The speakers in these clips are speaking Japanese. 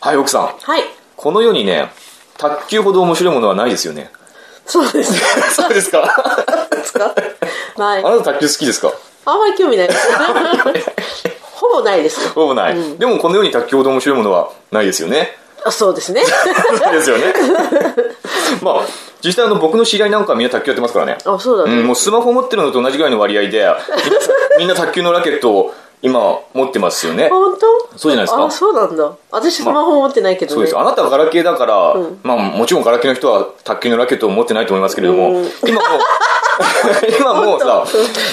はい、奥さん。はい。この世にね、卓球ほど面白いものはないですよね。そ うですね。そうですか あですかはい。なた卓球好きですかあんまり興味ないです。 ほぼないです。ほぼない、でもこの世に卓球ほど面白いものはないですよね。あそうですね。そうですよね。 まあ、実際あの僕の知り合いなんかはみんな卓球やってますからね。 あ、そうだうね。ん、もうスマホ持ってるのと同じぐらいの割合で、みんなみんな卓球のラケットを今持ってますよね。本当そうじゃないですかあ、そうなんだ。私、スマホ持ってないけどね。そうです。あなたはガラケーだから、まあもちろんガラケーの人は卓球のラケットを持ってないと思いますけれども、今もう、 今もうさ、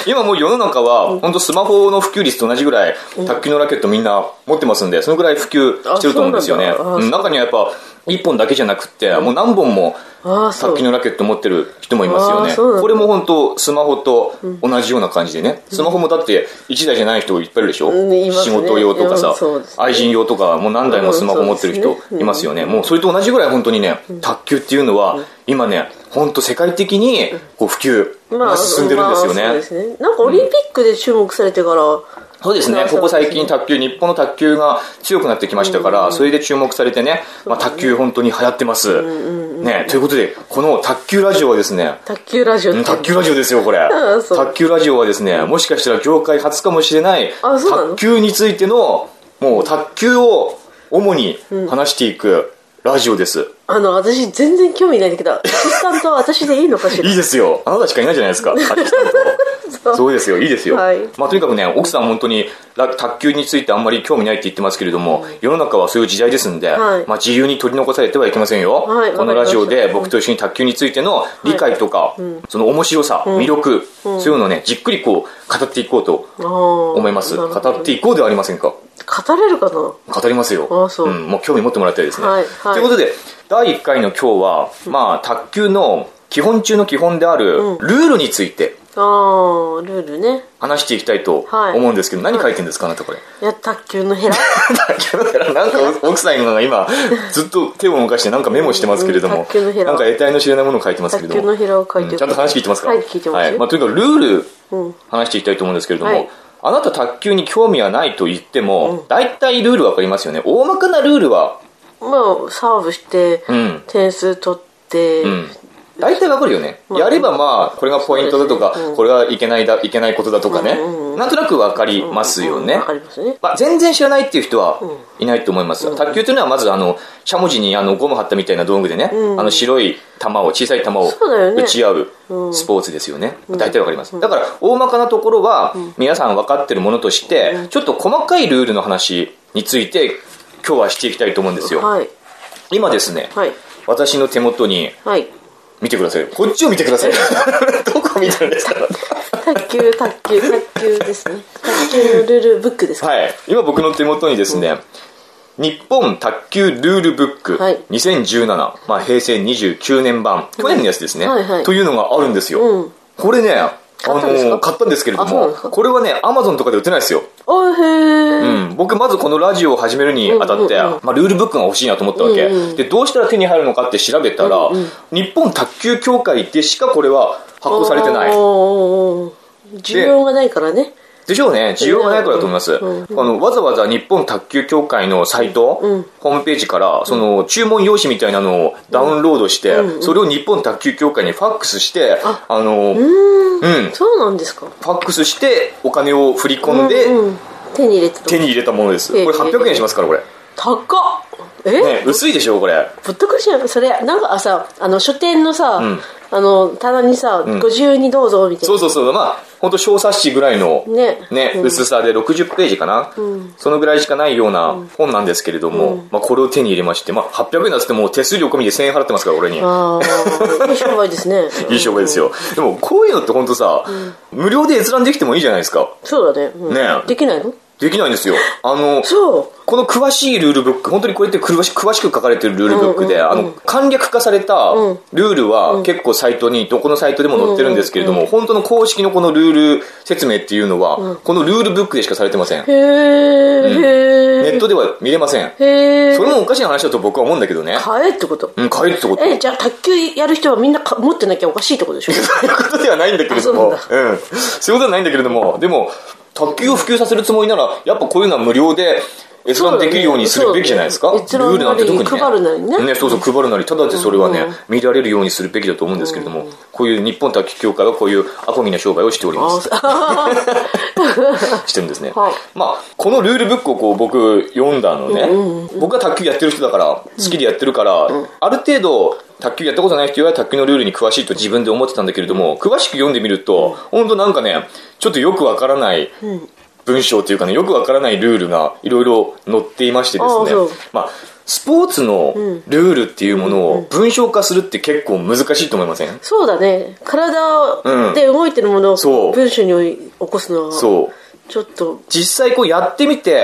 今もう世の中は、本当スマホの普及率と同じぐらい、卓球のラケットみんな持ってますんで、そのぐらい普及してると思うんですよね。あそうなんだあうん中にはやっぱ、一本だけじゃなくって、もう何本も、ああ、そ卓球う。のラケット持ってる人もいますよあねーそうなんだこれも本当スマホと同じような感じでね、スマホもだって1台じゃない人いっぱいいるでしょ、うんいます仕ね事用とかうさん、そうですね愛人用とかもう何台もスマホ持ってるう人んそうですねいますよね、もうそれと同じぐらい本当にね、卓球っていうのは今ね本当世界的にこう普及が進んでるんですよね、まあそうですね。なんかオリンピックで注目されてから、そうですね、ここ最近卓球、日本の卓球が強くなってきましたから、それで注目されてね、まあ、卓球本当に流行ってます。ね、ということで、この卓球ラジオはですね、卓球ラジオって卓球ラジオですよこ れうんそう卓球ラジオはですねもしかしたら業界初かもしれないあそうなの卓球についてのもう卓球を主に話していくラジオです、あの、私、全然興味ないんだけど、アシスタントは私でいいのかしら。いいですよあなたしかいないじゃないですかアシ スタントそうですよいいですよ、はいまあ、とにかくね奥さん本当にら卓球についてあんまり興味ないって言ってますけれども、世の中はそういう時代ですんで、はいまあ、自由に取り残されてはいけませんよ、はいこのラジオわかりまでした僕と一緒に卓球についての理解とか、その面白さ、魅力、そういうのをねじっくりこう語っていこうと思思います。語語っていこうではありませんか。れるかな語りますよ。、ああそうんもう興味持ってもらいたいですね。はいはいということで、第1回の今日は、まあ、卓球の基本中の基本である、ルールについてあー、ルールね。話していきたいとはい思うんですけど、何書いてんですか、あなたこれ。 いや、卓球のヘラ。卓球のヘラなんか奥さんが今、ずっと手を動かしてなんかメモしてますけれどうんも、卓球のヘラなんか得体の知れないものを書いてますけれ卓ど球も。のヘラを書いてうるんちゃんと話聞いてますかはい、聞いてますはよ。まあ、とにかくルールうん。話していきたいと思うんですけれども、はいあなた卓球に興味はないと言っても、大体ルールわかりますよね大まかなルールはまあ、サーブして、うん点数取って、うん大体わかるよね、まあやればまあこれがポイントだとか、そうですねうんこれはいけないだいけないことだとかね、うんうんうんなんとなくわかりますよね、うんわかりますね。まあ、全然知らないっていう人はいないと思います、卓球というのはまずあのしゃもじにあのゴム貼ったみたいな道具でね、うんあの白い球を小さい球をそうだよね打ち合ううんスポーツですよね、大体わかりますだから大まかなところは皆さん分かってるものとして、ちょっと細かいルールの話について今日はしていきたいと思うんですよ、はい。今ですね、はい。私の手元にはい。見てくださいこっちを見てください どこ見てるんですか卓球、卓球、卓球ですね。卓球のルールブックですか、はい、今僕の手元にですね、日本卓球ルールブックはい2017、まあ、平成29年版去年のやつですね、はいはいというのがあるんですよ、うんこれねあ買ったんですかの買ったんですけれどあそうなんもですかこれはねアマゾンとかで売ってないですよ、おいへうー。ん、僕まずこのラジオを始めるにあたって、うんうんうんまあ、ルールブックが欲しいなと思ったわけ、うんうんでどうしたら手に入るのかって調べたら、日本卓球協会でしかこれは発行されてないおーおーおー需要がないからね。でしょうね需要がないからだと思います、うんあのわざわざ日本卓球協会のサイト、うんホームページからその注文用紙みたいなのをダウンロードして、それを日本卓球協会にファックスしてあのうんうーん。そうなんですか。ファックスしてお金を振り込んで、うんうん、手に入れてた。手に入れたものですこえれえ800円しますからこれ、高っえ、ね、薄いでしょこれぼったくりじゃんそれなんかあさあの書店のさ、んあの棚にさ、んご自由にどうぞみたいそなうそうそうまあ本当小冊子ぐらいのねうん薄さで60ページかな、そのぐらいしかないような本なんですけれども、まあ、これを手に入れまして、まあ、800円だっつっても手数料込みで1000円払ってますから俺にああいい商売ですね いい商売ですよ。でも、こういうのって本当さ、無料で閲覧できてもいいじゃないですか。そうだね,、うん、ねえできないのできないんですよ。あの、そこの詳しいルールブック、本当にこれって詳し詳しく書かれてるルールブックで、あの、簡略化されたルールは結構サイトに、どこのサイトでも載ってるんですけれども、本当の公式のこのルール説明っていうのは、このルールブックでしかされてませんう。へえ、ネへえットでは見れません。へえ それもおかしな話だと僕は思うんだけどね。買えってことうん、買えるってこと。えじゃあ卓球やる人はみんなか持ってなきゃおかしいってこ とでしょということではないんだけれども、うんあそういうことはないんだけれども、でも、卓球を普及させるつもりなら、やっぱこういうのは無料で閲覧できるようにするべきじゃないですか、そうルだねールなんて特に、閲覧なり配るなりねそうそう配るなりただでそれはね、見られるようにするべきだと思うんですけれども、こういう日本卓球協会はこういうアコギな商売をしておりますしてるんですね、はいまあこのルールブックをこう僕読んだのね、僕が卓球やってる人だから好きでやってるから、ある程度卓球やったことない人よりは卓球のルールに詳しいと自分で思ってたんだけれども詳しく読んでみると本当なんかねちょっとよくわからない文章というかねよくわからないルールがいろいろ載っていましてでああすそねうまあスポーツのルールっていうものを文章化するって結構難しいと思いませんそうだねうん体で動いてるものそをう文章に起こすのはそうちょっと実際こうやってみて、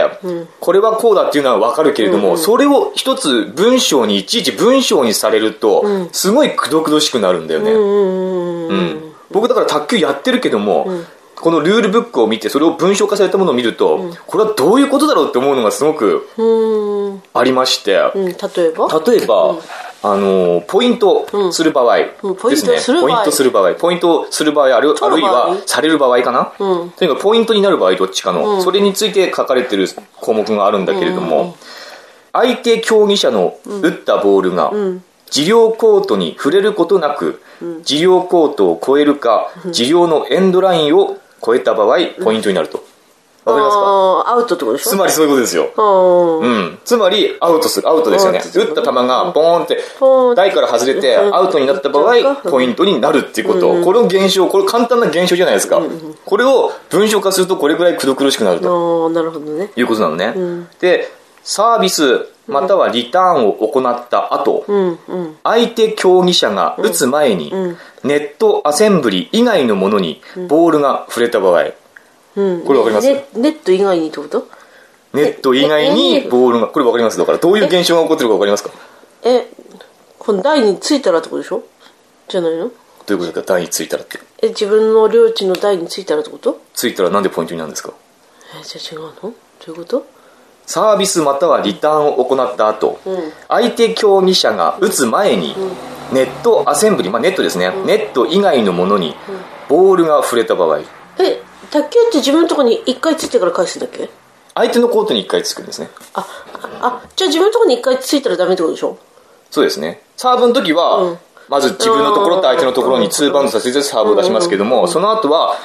これはこうだっていうのはわかるけれども、それを一つ文章にいちいち文章にされると、すごいくどくどしくなるんだよね、うーんうん僕だから卓球やってるけども、このルールブックを見てそれを文章化されたものを見ると、これはどういうことだろうって思うのがすごくうーんありまして、うん例えば例えば、あのーポイントする場合うんポでイすンねトする場合ポイントする場合ポイントする場合あるある場合るいはされる場合かな、うんとにかくポイントになる場合どっちかの、それについて書かれてる項目があるんだけれども、相手競技者の打ったボールが、治療コートに触れることなく、治療コートを超えるか、治療のエンドラインを超えた場合、ポイントになると。わかりますかあーアウトってことでしょつまりそういうことですよ。あーうん、つまりアウトするアウトですよねアウトする打った球がボーンってポーン台から外れてうんアウトになった場うん合ポイントになるってこと、これを現象これ簡単な現象じゃないですか、これを文章化するとこれぐらいくど苦しくなるあとーなるほどねいうことなのね、でサービスまたはリターンを行った後、うんうん相手競技者が打つ前に、ネットアセンブリ以外のものにボールが触れた場合、うんこれわかりますねネット以外にってことネット以外にボールがこれ分かりますだからどういう現象が起こってるか分かりますかえこの台についたらってことでしょじゃないどういのうことですか台についたらってえ自分の領地の台についたらってことついたらなんでポイントになるんですかえじゃあ違うのどういうことサービスまたはリターンを行った後、ん相手競技者が打つ前に、ネットアセンブリ、まあ、ネットですね、ネット以外のものにボールが触れた場合え卓球って自分のとこに一回ついてから返すんだっけ相手のコートに1回つくんですねあああじゃあ自分のとこに一回ついたらダメってことでしょそうですねサーブの時は、うんまず自分のところと相手のところに2バウンドさせてサーブを出しますけども、その後は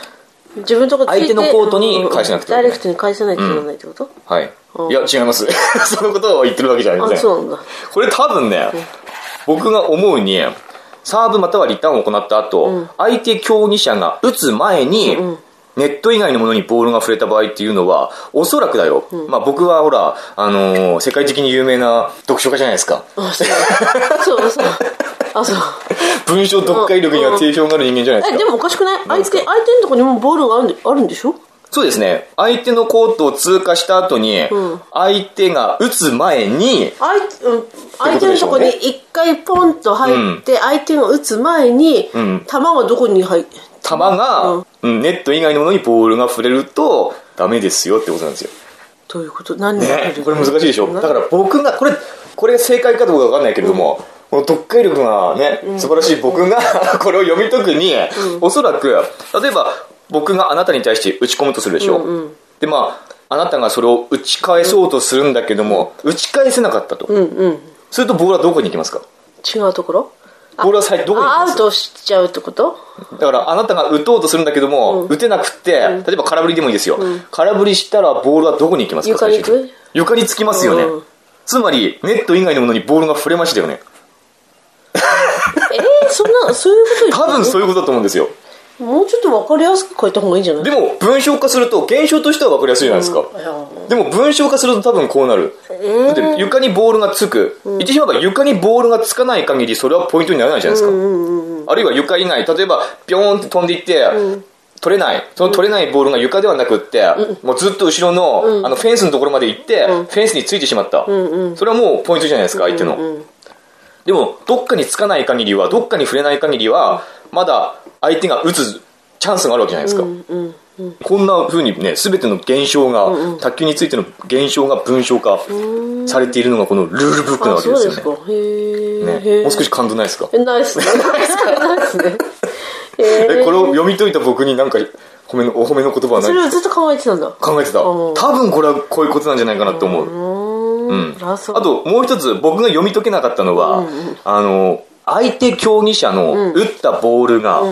自分のとこついて相手のコートに返しなくてはいけないダイレクトに返さないといけないってこと、はい、うんいや違います そのことを言ってるわけじゃありませあんそうなんだこれ多分ね、僕が思うに、サーブまたはリターンを行った後、相手競技者が打つ前に、ネット以外のものにボールが触れた場合っていうのは、おそらくだよ。まあ僕はほら、あのー世界的に有名な読書家じゃないですか。あそう そうそうあそう文章読解力には定評がある人間じゃないですか。えでもおかしくないなん相ですか手相手のとこにもボールがあるんであるんでしょそうですね。相手のコートを通過した後に、うん相手が打つ前に、相うん相手のとこに一回ポンと入って、相手が打つ前に、ん球はどこに入っ球が、うんうんネット以外のものにボールが触れると、ダメですよってことなんですよ。どういうこと何に入ねる、これ難しいでしょなだから僕がこれこれ正解かどうか分かんないけれども、この読解力がね、素晴らしい僕が これを読み解くに、おそらく例えば僕があなたに対して打ち込むとするでしょ、でまああなたがそれを打ち返そうとするんだけども、打ち返せなかったと、うんうんするとボールはどこに行きますか違うところボールは最どこに行あきアまウすトしちゃうって ことだからあなたが打とうとするんだけども、打てなくって例えば空振りでもいいですよ、空振りしたらボールはどこに行きますか床に行く最終的床につきますよね、うんつまりネット以外のものにボールが触れましたよねえー、そんなそういうこと言って多る分そういうことだと思うんですよもうちょっと分かりやすく書いた方がいいんじゃないでも文章化すると現象としては分かりやすいじゃないですか、いやでも文章化すると多分こうなる、だって床にボールがつく、言ってしまえば床にボールがつかない限りそれはポイントにならないじゃないですか、あるいは床以外例えばビョーンって飛んでいって、取れないその取れないボールが床ではなくって、もうずっと後ろの,、あのフェンスのところまで行って、フェンスについてしまった、それはもうポイントじゃないですか相手の、でもどっかにつかない限りはどっかに触れない限りはまだ相手が打つチャンスがあるわけじゃないですか、こんなふうにね全ての現象が、卓球についての現象が文章化されているのがこのルールブックなあわけそでうすよですねかへーねへーもう少し感動ないですか えないっすねないっすねへえこれを読み解いた僕になんか褒めのお褒めの言葉はそれ何をずっと考えてたんだ考えてたう多ん分これはこういうことなんじゃないかなって思ううーんあそうあともう一つ僕が読み解けなかったのは、あの相手競技者の打ったボールが、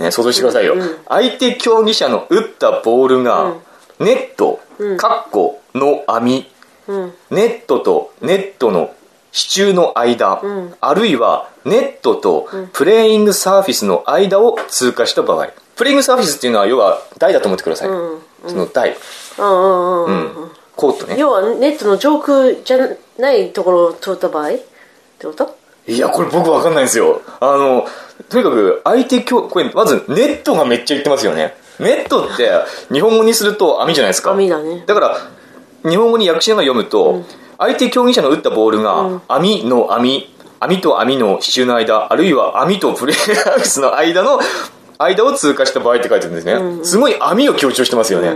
ね、想像してくださいよ、相手競技者の打ったボールが、ネット、カッコの網、うんネットとネットの支柱の間、んあるいはネットとプレイングサーフィスの間を通過した場合プレイングサーフィスっていうのは要は台だと思ってください、んうんその台、うんうんううんんコートね要はネットの上空じゃないところを通った場合ってこといやこれ僕わかんないんですよあのとにかく相手競これまずネットがめっちゃ言ってますよねネットって日本語にすると網じゃないですか網だねだから日本語に訳しながら読むと、相手競技者の打ったボールが網の網網と網の支柱の間あるいは網とプレイハウスの間の間を通過した場合って書いてるんですね、すごい網を強調してますよね、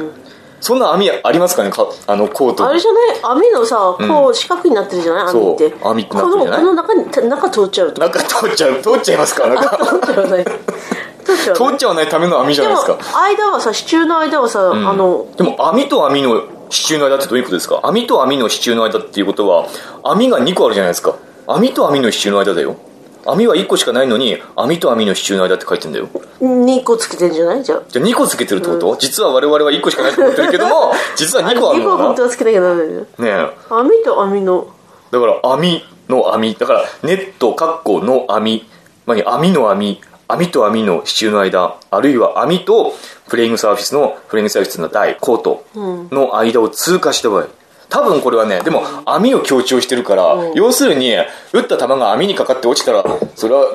そんな網ありますかねかあのコートあれじゃない網のさこう四角になってるじゃないそう網って網ってなってるじゃないこのこの中に中通っちゃうと中通っちゃう通っちゃいますか中通っちゃわ ない通っちゃわ通ないっちゃわないための網じゃでないもですか間はさ支柱の間はさあのでも網と網の支柱の間ってどういうことですか網と網の支柱の間っていうことは網が2個あるじゃないですか網と網の支柱の間だよ網は1個しかないのに網と網の支柱の間って書いてんだよ2個つけてんじゃないじゃあじゃあ2個つけてるってこと、実は我々は1個しかないと思ってるけども実は2個ある2個のはかな本当はつけなきゃダメだよねえ網と網 のだから網の網だからネットカッコの網まあね網の網網と網の支柱の間あるいは網とプレイングサーフィスのプレイングサーフィスの台コートの間を通過した場合多分これはねでも網を強調してるから、要するに打った球が網にかかって落ちたらそれは打っ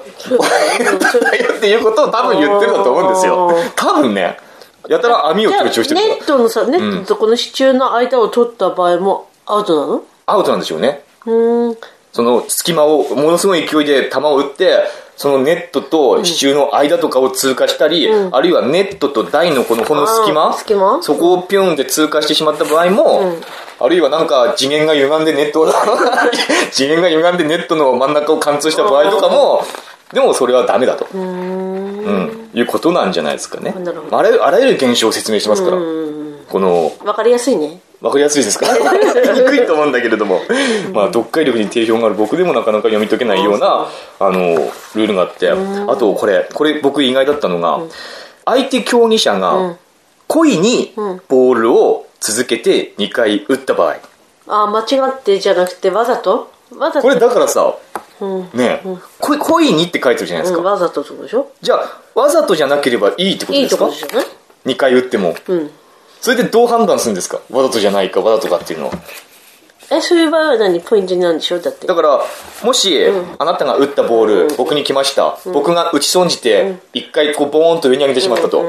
たんだよっていうことを多分言ってるんだと思うんですよあー多分ねやたら網をじゃあ強ネ調してるからットのさネットとこの支柱の間を取った場合もアウトなのアウトなんでしょうねうーんその隙間をものすごい勢いで球を打ってそのネットと支柱の間とかを通過したり、あるいはネットと台のこのこの隙あ間ー隙間そこをピョンって通過してしまった場合も、あるいはなんか次元が歪んでネットを 次元が歪んでネットの真ん中を貫通した場合とかもでもそれはダメだと、うん、いうことなんじゃないですかねなるほあらゆるあらゆる現象を説明してますから、このわかりやすいねわかりやすい ですかわかりにくいと思うんだけれども、まあ、読解力に定評がある僕でもなかなか読み解けないようなあのルールがあってあとこれこれ僕意外だったのが相手競技者が故意にボールを続けて2回打った場合あ間違ってじゃなくてわざとわざとこれだからさうんねこ故意にって書いてるじゃないですうん、かわざとってことでしょじゃあわざとじゃなければいいってこといいでとすこかでしょね2回打ってもうんそれでどう判断するんですかわざとじゃないかわざとかっていうのはえそういう場合は何ポイントになるんでしょだってだからもし、あなたが打ったボール、僕に来ました、僕が打ち損じて一回こうボーンと上に上げてしまったと、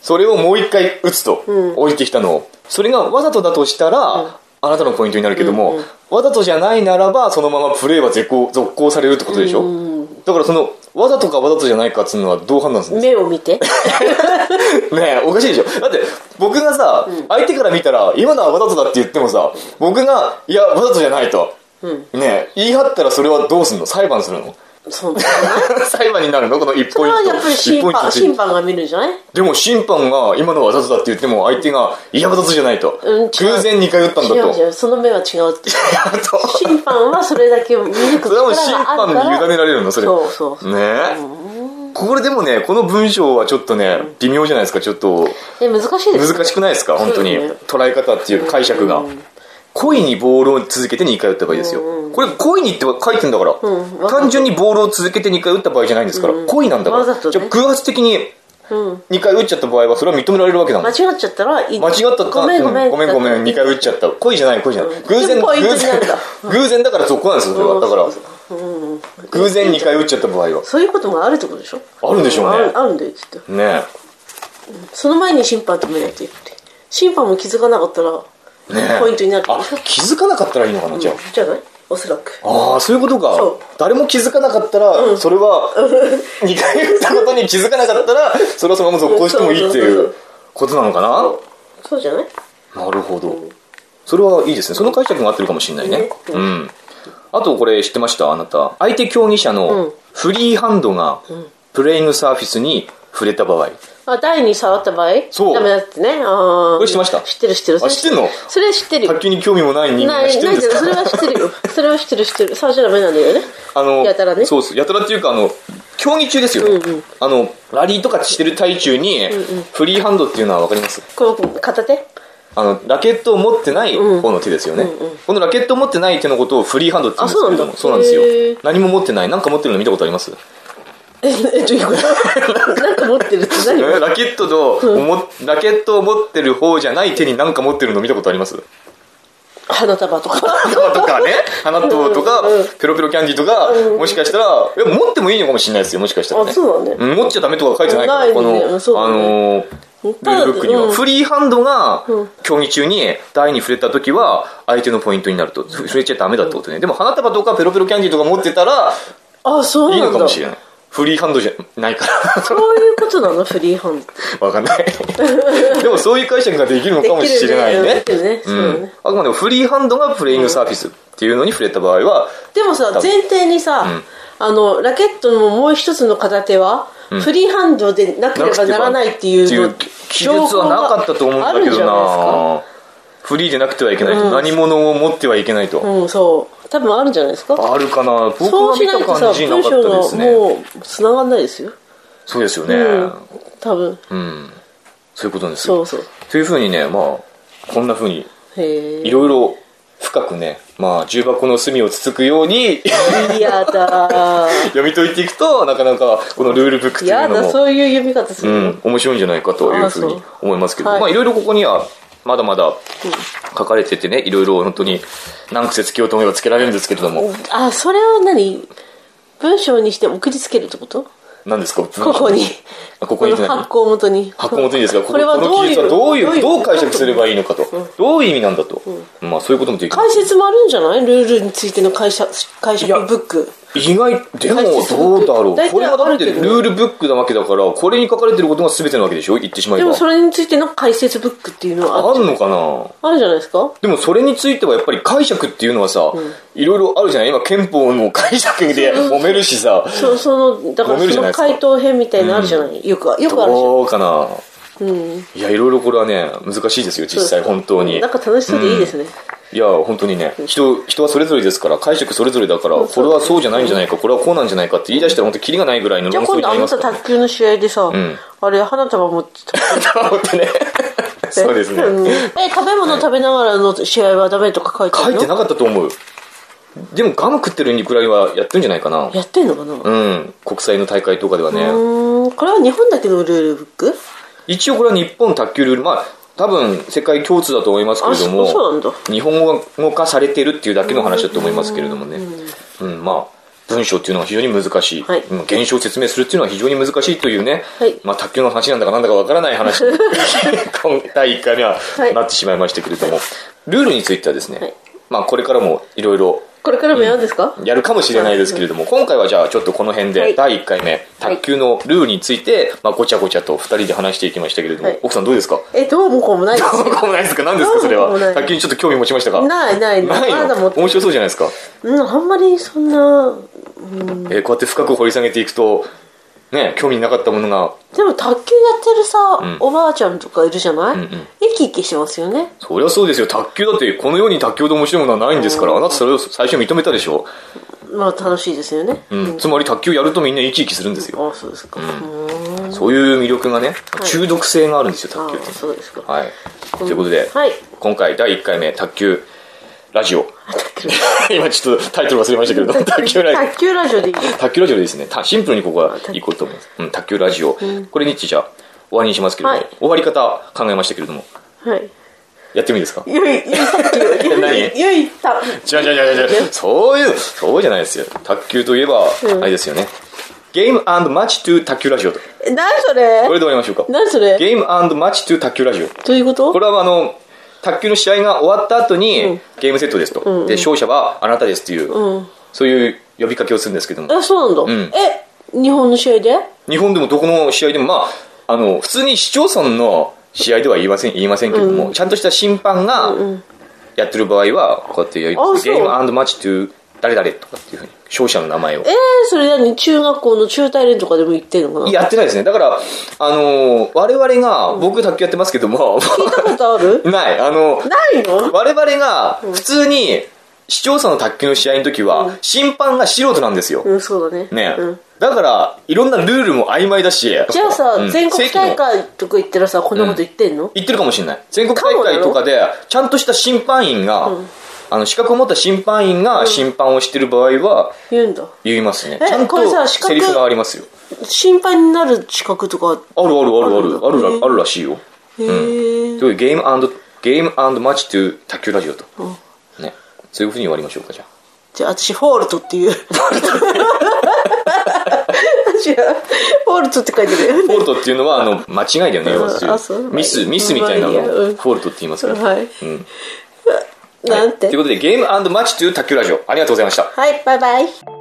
それをもう一回打つと、降りてきたのをそれがわざとだとしたら、あなたのポイントになるけども、わざとじゃないならばそのままプレーは絶行続行されるってことでしょ、だからそのわざとかわざとじゃないかっていうのはどう判断するんですか目を 見てねえおかしいでしょだって僕がさ、相手から見たら今のはわざとだって言ってもさ僕がいやわざとじゃないと、ねえ言い張ったらそれはどうすんの裁判す るのそうね裁判になるのこの1そポイれンはトやっぱり審一ポイント判つい審判が見るんじゃないでも審判が今のはわざとだって言っても相手がいやわざとじゃないと、うん違う偶然2回打ったんだと違 う違うその目は違うって審判はそれだけ見抜くそれ力はもう審があ判るからに委ねられるのそれそうそうそうねえこれでもねこの文章はちょっとね微妙じゃないですかちょっとえ難しいですね難しくないですか本当にそうですね捉え方っていう解釈が故意にボールを続けて2回打った場合ですよこれ故意にって書いてんだからんわかる単純にボールを続けて2回打った場合じゃないんですから故意なんだかわざらとねじゃあ偶発的にうん2回打っちゃった場合はそれは認められるわけだもん間違っちゃったらいい間違ったかごめんごめんうごめんごめん2回打っちゃった故意じゃない故意じゃない偶然でもポイント偶にな然るんだ偶然だから続行なんですよそれはだから偶然2回打っちゃった場合はそういうこともあるってことでしょあるんでしょうねあるあるんだよきっとねその前に審判止めないといけない審判も気づかなかったえねらえポイントになるであしょ気づかなかったらいいのかなじゃあじゃないおそらくああそういうことそかう誰も気づかなかったらそれは2回打ったことに気づかなかったらそれはそのまま続行してもいいっていそううそうそうことなのかそうじゃないななるほどそれはいいですねその解釈が合ってるかもしれないねうんうんあとこれ知ってましたあなた相手競技者のフリーハンドがプレイングサーフィスに触れた場合あ台に触った場合そうダメだってねあーこれ知ってました知ってる知ってるあ知ってんのそれ知ってるよ卓球に興味もない人間なが知っいてなるんいでけすどかそれは知って るよそれは知ってる知ってる触っちゃダメなんだよねあのやたらねそうですやたらっていうかあの競技中ですよね、あのラリーとかしてる最中に、フリーハンドっていうのは分かりますこの片手 あのラケットを持ってない方の手ですよね、このラケットを持ってない手のことをフリーハンドって言うんですけれどもあそそううななんんでだすへよー何も持ってない何か持ってるの見たことありますええどういうこと なんか持ってるって何えラケットの、おもラケットを持ってる方じゃない手に何か持ってるの見たことあります花束とか花と かね花ととかうんうんペロペロキャンディーとかもしかしたらいや持ってもいいのかもしれないですよもしかしたらねあそうだねん持っちゃダメとか書いてないかならいねこのあうのんそうだねールただールブックにうはんフリーハンドがうん競技中に台に触れた時は相手のポイントになると触れちゃダメだってことねでも花束とかペロペロキャンディーとか持ってたらあそうないんいだのかもしれないフリーハンドじゃないから そういうことなの フリーハンドってわかん ないでもそういう解釈ができるのかもしれないねできるねできうるねそうだねんあくまでもフリーハンドがプレイングサーフィスっていうのに触れた場合はでもさ多分前提にさ、んあのラケットのもう一つの片手は、フリーハンドでなければならないっていうの記述はなかったと思うんだけ情報どがあるんじゃないでなフリーでなくてはいけないと、何者を持ってはいけないと、すかうんそう多分あるんじゃないですかあるかな僕そうがし見ないたとさ感じな文か章ったですがねもう繋がんないですよ、そうですよねうん多分うん、そういうことですそようそうというふうにねまあこんなふうにへいえろいろ深くねまあ重箱の隅をつつくように やだー読み解いていくとなかなかこのルールブックっていやうのだもそういう読み方うするの、ん、面白いんじゃないかというふうあにそう思いますけど、はいまあいろいろここにはまだまだ書かれててね、いろいろ本当に何癖つけようと思えばつけられるんですけれども、あそれは何文章にして送りつけるってこと何ですか ここにあここにって何発行元に発行元にですが、ここれはこのどう記いう述はどういう、どうどいうう解釈すればいいのかと、どういう意味なんだと、まあそういうこともできる。解説もあるんじゃないルールについての解釈解釈ブック意外、でも解説どうだろ大う。体これはだってあるけどルールブックなわけだから、これに書かれてることが全てなわけでしょ言ってしまえでばも。それについての解説ブックっていうのはああるのかなあるじゃないですかでもそれについてはやっぱり解釈っていうのはさ、いろいろあるじゃない今憲法の解釈で揉めるしさ、そそのだか揉めるじらゃそないのですか回答編みたいなのあるじゃない、よくあよくあるじどうかなゃん、うん、いやいろいろこれはね難しいですよ実際本当になんか楽しそうでいいですね、いや本当にね人人はそれぞれですから解釈それぞれだからこれはそうじゃないんじゃないかこれはこうなんじゃないかって言い出したら本当にキリがないぐらいのじゃあ論争今に度なありまなすたからね卓球の試合でさ、んあれ花束持ってた思ってね そうですね、んえ食べ物食べながらの試合はダメとか書いてあ書るいのてなかったと思うでもガム食ってるくらいはやってるんじゃないかなやってんのかな、ううん国際の大会とかではね、ーんこれは日本だけのルールブック一応これは日本卓球ルールまあ多分世界共通だと思いますけれどもあそそうなんだ日本語化されてるっていうだけの話だと思いますけれどもねうんまあ文章っていうのは非常に難しい、はいうん現象を説明するっていうのは非常に難しいというね、はいまあ、卓球の話なんだかなんだかわからない話 今第1回目ははいなってしまいましたけれども、ルールについてはですね、はいまあ、これからもいろいろこれからもやるんですか、やるかもしれないですけれども、今回はじゃあちょっとこの辺はでい第1回目、卓球のルールについて、まあ、ごちゃごちゃと2人で話していきましたけれども、はい奥さんどうですか えどうもこうもないですどうもないですか何ですかそれどうもなはい卓球にちょっと興味持ちましたかないないないないまだの持って面白そうじゃないですか、うん、あんまりそんな、うん、えーこうやって深く掘り下げていくとね興味なかったものがでも卓球やってるさ、おばあちゃんとかいるじゃない、生き生きしてますよねそりゃそうですよ卓球だってこの世に卓球で面白いものはないんですからあなたそれを最初認めたでしょ、まあ楽しいですよね、うん、つまり卓球やるとみんな生き生きするんですよああそうですか、うーん、そういう魅力がね中毒性があるんですよあ卓球ってあそうですかはいということで、はい今回第1回目卓球ラジオ卓球今ちょっとタイトル忘れましたけれども 卓球ラジオ卓球ラジオでいい卓球ラジオでですねたシンプルにここは行こうと思います、うん、卓球ラジオ、これについてじゃあ終わりにしますけれども、はい終わり方考えましたけれどもはいやってもいいですかよいよい卓球よ何いよいた違う違う違う違うそういうそうじゃないですよ卓球といえば、うんあれですよねゲームマッチ to 卓球ラジオとこえ何それれで終わりましょうか何それゲームマッチ to 卓球ラジオどういうことこれはあの卓球の試合が終わった後に、うんゲームセットですと、で勝者はあなたですっていう、うんそういう呼びかけをするんですけどもえそうなんだ、うんえ日本の試合で日本でもどこの試合でも、まあ、あの普通に市町村の試合では言いません言いませんけども、ちゃんとした審判がやってる場合はこうやってやりますあそうゲームマッチ to 誰々とかっていうふうに消費者の名前をえー、それ何中学校の中大連とかでも行ってんのかなやってないですねだからあのー我々が僕卓球やってますけども、聞いたことある ないあのないの我々が普通に視聴者の卓球の試合の時は審判が素人なんですよ、うん、そうだね。ね、うん、だからいろんなルールも曖昧だしじゃあさ、うん全国正大規の会とか行ったらさ、こんなこと言ってんの、言ってるかもしれない全国かも大だよ会とかでちゃんとした審判員が、あの資格を持った審判員が審判をしてる場合は言うんだ。言いますねえちゃんこれとさ資格セリフがありますよ審判になる資格とか、あるあるあるああるんるだあるらへーあるらしいよへえ、というゲームゲームマッチという卓球ラジオと、ね、そういうふうに終わりましょうかじゃあじゃあ私、フォールトっていう。 私はフォールトって書いてる。フォルトっていうのはあ の間違いだよね要するにあそうミスミスみたいなのまあいいやうをんフォルトって言いますから、はい。うんなんとていう。ことでゲームマッチという卓球ラジオありがとうございましたはい、バイバイ。